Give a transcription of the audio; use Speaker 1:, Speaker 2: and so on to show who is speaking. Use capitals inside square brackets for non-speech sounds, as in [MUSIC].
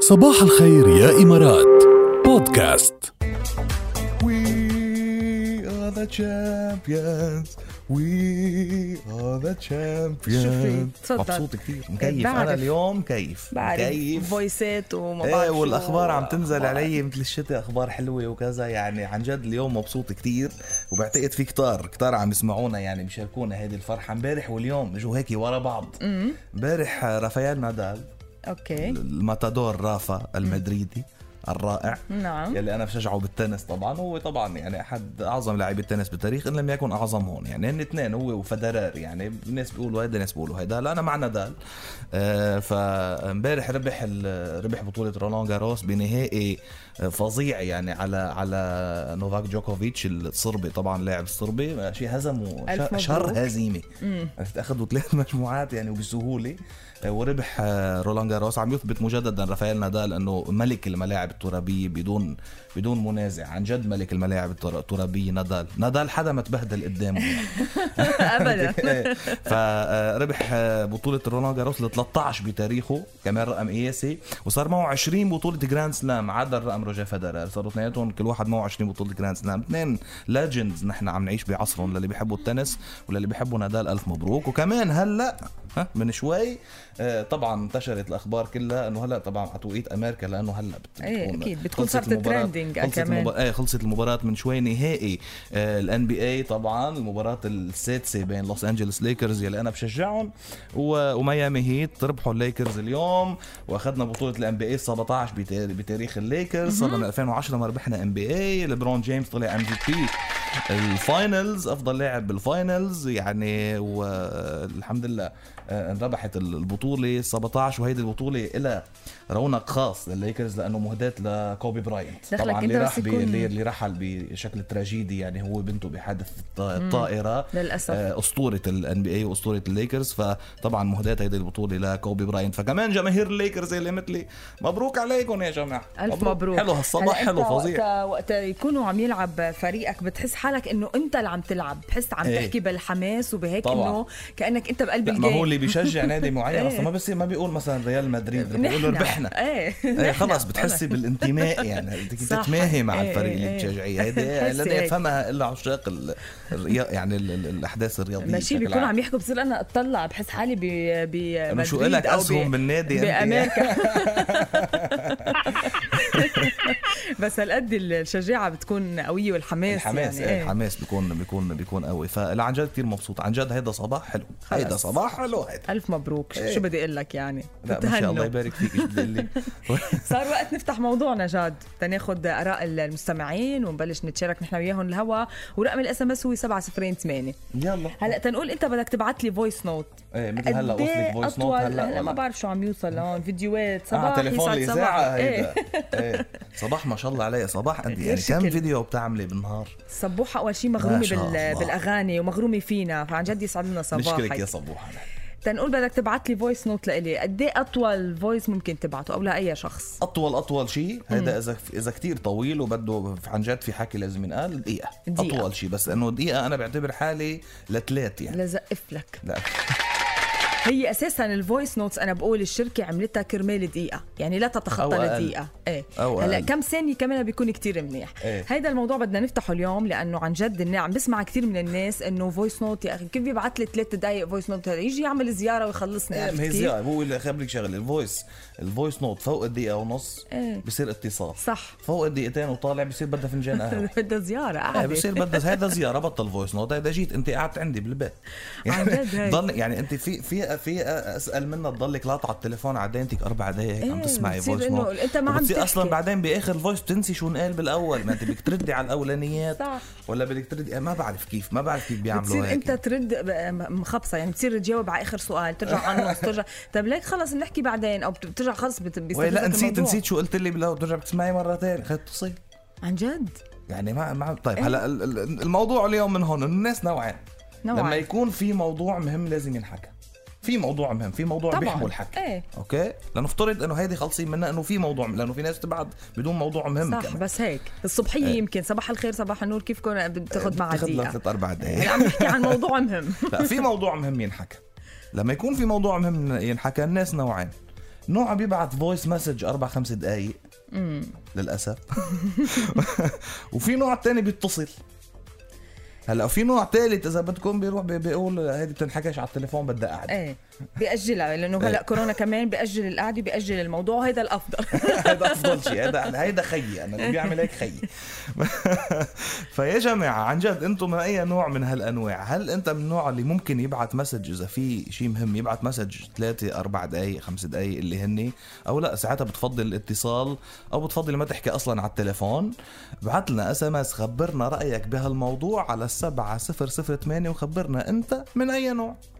Speaker 1: صباح الخير يا إمارات بودكاست
Speaker 2: We are the champions We are the champions
Speaker 3: شوفي، اتفضل.
Speaker 2: مبسوط كتير مكيف
Speaker 3: بعرف.
Speaker 2: انا اليوم كيف
Speaker 3: بعرف
Speaker 2: مكيف
Speaker 3: فويسات وما آه، بعرف
Speaker 2: ايه
Speaker 3: شو.
Speaker 2: والاخبار عم تنزل علي مثل الشتاء اخبار حلوه وكذا يعني عن جد اليوم مبسوط كتير وبعتقد في كتار كتار عم يسمعونا يعني بيشاركونا هذه الفرحه امبارح واليوم اجوا هيك ورا بعض امبارح رافائيل نادال
Speaker 3: اوكي
Speaker 2: الماتادور رافا المدريدي الرائع
Speaker 3: نعم [LAUGHS]
Speaker 2: يلي انا بشجعه بالتنس طبعا هو طبعا يعني احد اعظم لاعبي التنس بالتاريخ ان لم يكن اعظمهم يعني هن اثنين هو وفدرر يعني الناس بيقولوا هيدا الناس بيقولوا هيدا لا انا مع نادال آه فامبارح ربح ال- ربح بطوله رولان جاروس بنهائي آه، فظيع يعني على على نوفاك جوكوفيتش الصربي طبعا لاعب الصربي شيء هزمه
Speaker 3: ألف
Speaker 2: شا-
Speaker 3: مبروك.
Speaker 2: شر هزيمه عرفت اخذوا ثلاث [LAUGHS] مجموعات يعني وبسهوله آه، وربح آه، رولان جاروس عم يثبت مجددا رافائيل نادال انه ملك الملاعب الترابيه بدون بدون منازع عن جد ملك الملاعب التر- الترابيه نادال نادال حدا ما تبهدل قدامه [LAUGHS]
Speaker 3: ابدا
Speaker 2: إيه. فربح آه، بطوله رولان جاروس ل 13 بتاريخه كمان رقم قياسي وصار معه 20 بطوله جراند سلام عدا الرقم روجر فederer صاروا اثنيناتهم كل واحد معه 20 بطوله جراند سلام اثنين ليجندز نحن عم نعيش بعصرهم للي بيحبوا التنس وللي بيحبوا نادال الف مبروك وكمان هلا ها، من شوي آه، طبعا انتشرت الاخبار كلها انه هلا طبعا على توقيت امريكا لانه هلا بت-
Speaker 3: إيه، أكيد، بتكون
Speaker 2: خلصت
Speaker 3: صارت
Speaker 2: المباراة-
Speaker 3: trending
Speaker 2: خلصت
Speaker 3: كمان.
Speaker 2: المباراة- ايه خلصت المباراة من شوي نهائي آه، الان بي اي طبعا المباراة السادسة بين لوس انجلوس ليكرز يلي انا بشجعهم و- وميامي هيت ربحوا الليكرز اليوم واخذنا بطولة الان بي اي 17 بتا- بتاريخ الليكرز صار من 2010 ما ربحنا ان بي اي ليبرون جيمس طلع ام في بي الفاينلز افضل لاعب بالفاينلز يعني والحمد لله آه، انربحت البطولة 17 وهيدي البطولة لها رونق خاص للليكرز لانه مهداة لكوبي براينت
Speaker 3: دخلك
Speaker 2: طبعا
Speaker 3: أنت
Speaker 2: اللي
Speaker 3: بس
Speaker 2: راح بي...
Speaker 3: يكون-
Speaker 2: اللي اللي رحل بشكل تراجيدي يعني هو بنته بحادث الط- الطائره
Speaker 3: للأسف.
Speaker 2: آه، اسطوره الان بي اي واسطوره الليكرز فطبعا مهداه هيدي البطوله لكوبي براينت فكمان جماهير الليكرز اللي مثلي مبروك عليكم يا جماعه
Speaker 3: الف مبروك
Speaker 2: حلو هالصباح
Speaker 3: هلا
Speaker 2: حلو
Speaker 3: أنت
Speaker 2: فظيع
Speaker 3: وقت, وقت يكونوا عم يلعب فريقك بتحس حالك انه انت اللي عم تلعب بتحس عم
Speaker 2: إيه.
Speaker 3: تحكي بالحماس وبهيك
Speaker 2: طبعاً.
Speaker 3: انه كانك انت بقلب
Speaker 2: لا، ما هو اللي
Speaker 3: الجيم [LAUGHS]
Speaker 2: بيشجع نادي معين
Speaker 3: إيه.
Speaker 2: اصلا ما بصير ما بيقول مثلا ريال مدريد بيقول له
Speaker 3: نحن
Speaker 2: ربحنا
Speaker 3: [LAUGHS] ايه
Speaker 2: ايه
Speaker 3: نحن.
Speaker 2: خلص بتحسي بالانتماء
Speaker 3: [LAUGHS]
Speaker 2: يعني بدك
Speaker 3: صح.
Speaker 2: تتماهي مع
Speaker 3: إيه،
Speaker 2: الفريق اللي
Speaker 3: إيه، إيه.
Speaker 2: بتشجعيه هيدي
Speaker 3: بتحسي
Speaker 2: لا
Speaker 3: هيك.
Speaker 2: يفهمها الا عشاق ال- الريا- يعني ال- ال- الاحداث الرياضيه
Speaker 3: ماشي
Speaker 2: بشكل
Speaker 3: بيكونوا
Speaker 2: عام.
Speaker 3: عم يحكوا بصير انا اطلع بحس حالي ب ب
Speaker 2: انه شو
Speaker 3: مدريد
Speaker 2: الك
Speaker 3: أو ب-
Speaker 2: اسهم بالنادي أنت؟ [LAUGHS]
Speaker 3: بامريكا [LAUGHS] بس هالقد الشجاعه بتكون قويه والحماس
Speaker 2: الحماس
Speaker 3: يعني
Speaker 2: يعني الحماس بيكون بيكون بيكون قوي فعن جد كثير مبسوط عن جد هيدا صباح حلو
Speaker 3: خلص.
Speaker 2: هيدا صباح حلو هيدا
Speaker 3: الف مبروك شو-
Speaker 2: إيه.
Speaker 3: شو بدي اقول لك يعني
Speaker 2: لا ما شاء الله
Speaker 3: بتهنوا
Speaker 2: يبارك فيك ايش بدي أقول لك؟
Speaker 3: [LAUGHS] صار
Speaker 2: [LAUGHS]
Speaker 3: وقت نفتح موضوعنا جاد تناخد اراء المستمعين ونبلش نتشارك نحن وياهم الهوا ورقم الاس ام اس هو 7028
Speaker 2: يلا
Speaker 3: هلا تنقول انت بدك تبعت لي فويس نوت
Speaker 2: ايه مثل هلا
Speaker 3: قديه
Speaker 2: وصلك فويس نوت
Speaker 3: إيه أطول-
Speaker 2: هلا
Speaker 3: هلا ما
Speaker 2: ولا-
Speaker 3: بعرف شو عم يوصل لهون فيديوهات
Speaker 2: اه
Speaker 3: صباح
Speaker 2: تليفون
Speaker 3: يسعد
Speaker 2: الاذاعه
Speaker 3: صباح. إيه.
Speaker 2: هيدا [LAUGHS] إيه. صباح ما شاء الله عليه صباح انت يعني
Speaker 3: غير
Speaker 2: كم
Speaker 3: شكل.
Speaker 2: فيديو بتعملي بالنهار
Speaker 3: السبوحه اول شيء
Speaker 2: ما
Speaker 3: مغرومه
Speaker 2: شاء
Speaker 3: بال...
Speaker 2: الله.
Speaker 3: بالاغاني ومغرومه فينا فعن جد يسعد لنا صباحك
Speaker 2: نشكرك يا صبوح
Speaker 3: تنقول بدك تبعت لي فويس نوت لإلي قد ايه اطول فويس ممكن تبعته او لاي شخص
Speaker 2: اطول اطول شيء هذا اذا اذا كثير طويل وبده عن جد في حكي لازم ينقال دقيقه,
Speaker 3: دقيقة.
Speaker 2: اطول شيء بس انه دقيقه انا بعتبر حالي لثلاث يعني
Speaker 3: لزقف لك
Speaker 2: لا
Speaker 3: هي اساسا الفويس نوتس انا بقول الشركه عملتها كرمال دقيقه يعني لا
Speaker 2: أو
Speaker 3: تتخطى
Speaker 2: أقل.
Speaker 3: لدقيقه ايه
Speaker 2: أو
Speaker 3: هلا
Speaker 2: أقل.
Speaker 3: كم ثانيه كمان بيكون كتير منيح
Speaker 2: إيه.
Speaker 3: هيدا الموضوع بدنا نفتحه اليوم لانه عن جد إني عم بسمع كثير من الناس انه فويس نوت يا اخي كيف بيبعت لي ثلاث دقائق فويس نوت يجي يعمل زياره ويخلصني
Speaker 2: إيه،
Speaker 3: عرفت
Speaker 2: ما هي
Speaker 3: كيف؟
Speaker 2: زيادة هو اللي خبرك شغله الفويس الفويس نوت فوق الدقيقة ونص
Speaker 3: إيه.
Speaker 2: بصير اتصال
Speaker 3: صح
Speaker 2: فوق الدقيقتين وطالع بصير بدها فنجان
Speaker 3: [LAUGHS]
Speaker 2: قهوة
Speaker 3: [LAUGHS] بدها زياره
Speaker 2: إيه،
Speaker 3: قاعده
Speaker 2: بصير بدها هيدا زيارة بطل فويس نوت هيدا جيت انت قعدت عندي بالبيت
Speaker 3: عن جد هيك.
Speaker 2: ضل يعني انت في في في اسال منها تضلك لاطعة التليفون على دينتك اربع دقائق هيك عم
Speaker 3: إيه،
Speaker 2: تسمعي
Speaker 3: بتصير
Speaker 2: فويس
Speaker 3: إنه
Speaker 2: نوت
Speaker 3: أنت ما عم
Speaker 2: وبتصير
Speaker 3: تحكي.
Speaker 2: اصلا بعدين باخر الفويس بتنسي شو انقال بالاول ما انت بدك تردي على الاولانيات
Speaker 3: صح.
Speaker 2: ولا بدك تردي ما بعرف كيف ما بعرف كيف بيعملوا
Speaker 3: بتصير
Speaker 2: هيك
Speaker 3: انت ترد ب- مخبصه يعني بتصير تجاوب على اخر سؤال ترجع
Speaker 2: [LAUGHS]
Speaker 3: على النص ترجع طب ليك خلص بنحكي بعدين او بت- بترجع خلص بت-
Speaker 2: وي
Speaker 3: بيستفزك
Speaker 2: لا نسيت
Speaker 3: الموضوع.
Speaker 2: نسيت شو قلت لي بالأول بترجع بتسمعي مرة ثانية خلينا اتصل
Speaker 3: عن جد
Speaker 2: يعني ما ما طيب هلا ال- ال- الموضوع اليوم من هون الناس نوعين
Speaker 3: نوعين.
Speaker 2: لما يكون في موضوع مهم لازم ينحكى في موضوع مهم في موضوع
Speaker 3: طبعاً.
Speaker 2: بيحمل حكي
Speaker 3: إيه.
Speaker 2: اوكي لنفترض انه هيدي خلصين منها انه في موضوع لانه في ناس تبعد بدون موضوع مهم
Speaker 3: صح بس هيك الصبحيه يمكن صباح الخير صباح النور كيفكم بتاخذ معها
Speaker 2: إيه، بتاخد لها
Speaker 3: دقيقه
Speaker 2: ثلاث اربع
Speaker 3: هلا [LAUGHS]
Speaker 2: دقائق
Speaker 3: يعني عم نحكي عن موضوع مهم [LAUGHS]
Speaker 2: لا في موضوع مهم ينحكى لما يكون في موضوع مهم ينحكى الناس نوعين نوع عم يبعث فويس مسج اربع خمس دقائق للاسف [LAUGHS] وفي نوع تاني بيتصل هلا وفي نوع ثالث اذا بدكم بيروح بي- بيقول هيدي بتنحكاش على التليفون بدها قعده
Speaker 3: ايه بأجلها لانه هلا كورونا كمان بأجل القعده بأجل الموضوع هيدا الافضل
Speaker 2: هذا افضل شيء هذا هيدا خيي انا اللي بيعمل هيك خيي [LAUGHS] فيا جماعه عن جد انتم من اي نوع من هالانواع هل انت من النوع اللي ممكن يبعت مسج اذا في شيء مهم يبعت مسج ثلاثة أربع دقائق خمس دقائق اللي هني او لا ساعتها بتفضل الاتصال او بتفضل ما تحكي اصلا على التليفون ابعت لنا اس ام اس خبرنا رايك بهالموضوع على السبعة صفر صفر ثمانية وخبرنا انت من اي نوع